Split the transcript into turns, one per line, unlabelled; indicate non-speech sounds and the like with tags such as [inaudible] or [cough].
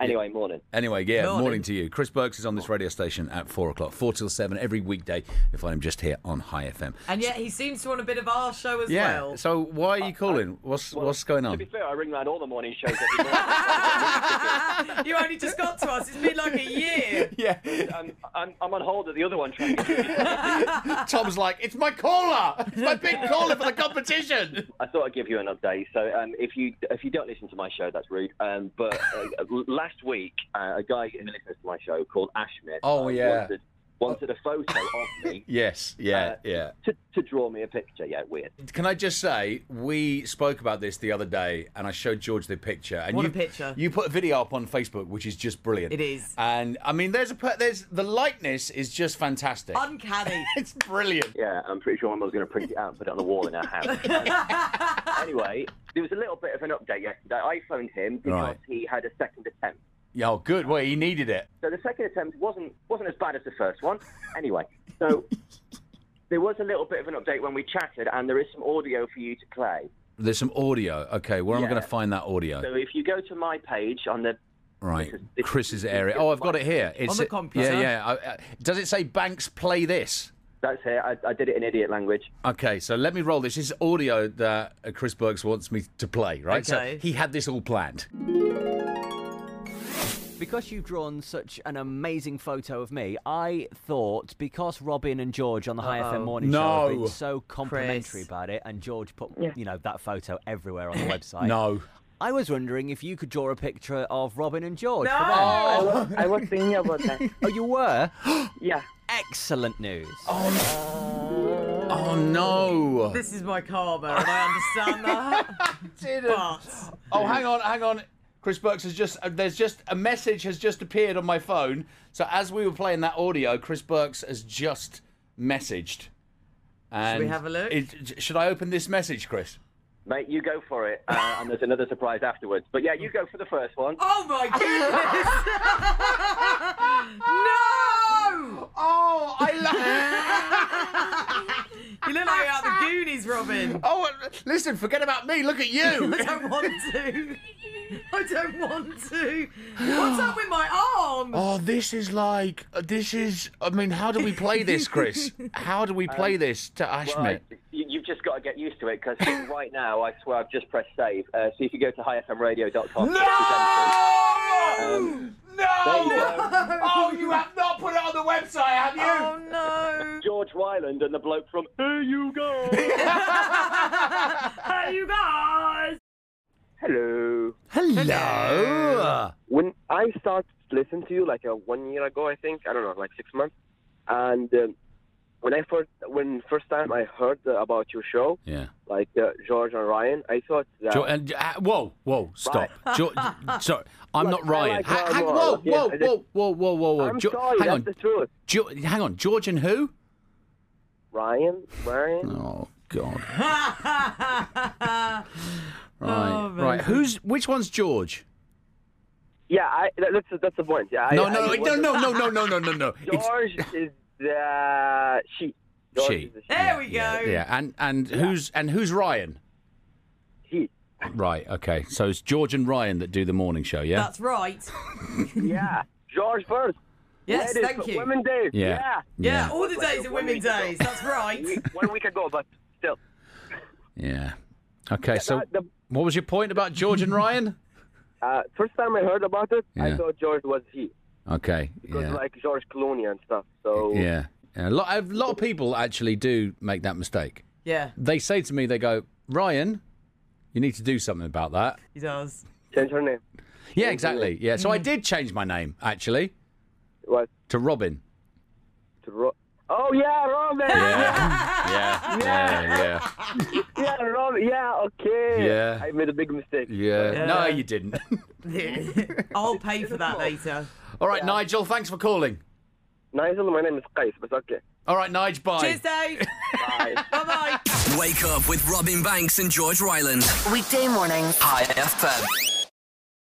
Anyway, morning.
Anyway, yeah, morning.
Morning.
to you. Chris Burks is on this radio station at four o'clock, four till seven every weekday. If I'm just here on High FM.
And yet he seems to want a bit of our show as
Yeah.
well.
So why are you calling? What's what's going
To
on? [laughs]
be fair, I ring round all the morning shows every morning.
[laughs] you only just got to us. It's been like a year.
Yeah. [laughs]
I'm, Um, I'm, I'm on hold at the other one trying to get you.
Tom's like, it's my caller. It's my big caller for the competition.
I thought I'd give you an update. So um, if you if you don't listen to my show, that's rude. Um, but uh, last week, uh, a guy who listens to my show called Ashmit
Oh,
uh,
yeah.
wanted, wanted a photo of me
[laughs] Yes. Yeah.
Uh,
yeah.
to, to draw me a picture. Yeah, weird.
Can I just say we spoke about this the other day, and I showed George the picture. And
What a
you,
picture.
You put a video up on Facebook, which is just brilliant.
It is.
And I mean, there's a per- there's the likeness is just fantastic.
[laughs] Uncanny.
[laughs] it's brilliant.
Yeah, I'm pretty sure my mum's going to print it out and put it on the wall in our
[laughs]
house. anyway, there was a little bit of an update yesterday. I phoned him because
Right.
he had a second attempt.
Yeah, oh, good. Well, he needed it.
So the second attempt wasn't wasn't as bad as the first one. Anyway, so there was a little bit of an update when we chatted, and there is some audio for you to play.
There's some audio. Okay, where am I
Yeah.
going to find that audio?
So if you go to my page on the
right,
this is- this is-
Chris's area.
this
Oh,
is
I've got
my-
it here. It's
the computer.
Yeah, yeah. I, uh, does it say Banks play this?
that's it, I, I did it in idiot language.
Okay, so let me roll this. This is audio that uh, Chris Burks wants me to play. Right,
Okay.
so he had this all planned.
Because you've drawn such an amazing photo of me, I thought because Robin and George on the High FM morning show have
No.
been so complimentary
Chris.
about it, and George put you know that photo everywhere on the website.
No.
I was wondering if you could draw a picture of Robin and George. for them.
No!
I was thinking about that.
Oh, you were.
Yeah.
Excellent news.
Oh no.
This is my karma, and I understand
[laughs]
that. but
Oh, hang on, hang on. Chris Burks has just uh, there's just a message has just appeared on my phone. So as we were playing that audio, Chris Burks has just messaged. And
we have a look?
it- should I open this message, Chris?
Mate, you go for it, uh, and there's another surprise afterwards. But yeah, you go for the first one.
oh my goodness! [laughs] no!
Oh, I love.
You look like you're out the Goonies, [laughs] Robin.
[laughs] oh, listen, forget about me. Look at you.
[laughs] I don't want to. I don't want to. What's up with my arm?
oh, this is like uh, this is. I mean, how do we play this, Chris? How do
Um,
we play this to
Well,
Ashmit?
you, you've just got to get used to it because right now, I swear, I've just pressed save. Uh, so if you go to highfmradio.com,
Um,
No!
there you
No!
go.
[laughs] Oh, you have not put it on the website, have you?
Oh no!
George Wyland and the bloke from Here You Go.
Hey, you guys!
Hello.
Hello.
When I started to listen to you, like uh, one year ago, I think I don't know, like six months, and um, when I first, when first time I heard uh, about your show,
Yeah.
like uh, George and Ryan, I thought that.
Jo- and, uh, whoa, whoa, stop. Jo-
[laughs]
sorry, I'm not
I
Ryan.
like
Ha-
Ryan
hang-
more.
whoa,
Yeah,
whoa,
I just-
whoa, whoa, whoa, whoa, whoa.
I'm
Jo- hang
sorry, that's
on.
the truth.
Jo- hang on, George and who?
Ryan, Ryan,
Oh God.
right,
Right, right. Who's? Which one's George?
yeah, I, that, that's that's the point. Yeah,
No,
I,
no,
I
no, no, no, no, no, no, no, no. It's-
George is the she. George
She.
Is the she.
There we go.
Yeah, yeah, and and who's and who's Ryan?
He.
Right. Okay. So it's George and Ryan that do the morning show. Yeah.
That's right.
Yeah, George first.
Yes,
Ladies,
thank you.
Women Day.
Yeah.
yeah.
yeah, all the
Like
days are
a woman
women's
to go.
days. That's right.
[laughs] week- one week ago, but still.
Yeah. Okay. so
that- the-
what was your point about George and Ryan?
Uh, first time I heard about it,
Yeah.
I thought George was he.
Okay.
Because
yeah.
like George Clooney and stuff. So
Yeah. Yeah, A lot, a lot of people actually do make that mistake.
Yeah,
They say to me, they go, Ryan, you need to do something about that.
he does.
change her name.
Yeah, exactly. Yeah. So I did change my name, actually,
It was
to Robin.
to Ro- Oh yeah, Robin.
[laughs] Yeah. Yeah.
Yeah, Robin. Yeah, okay.
Yeah.
I made a big mistake.
Yeah.
Yeah.
No, you didn't.
[laughs]
[laughs]
I'll pay for that later.
All right, Nigel, thanks for calling.
Nigel, my name is Kais, but okay.
All right, Nigel, bye.
Cheers, Dave.
Bye.
Bye bye.
Wake up with Robin Banks and George Ryland.
Weekday mornings.
High FM.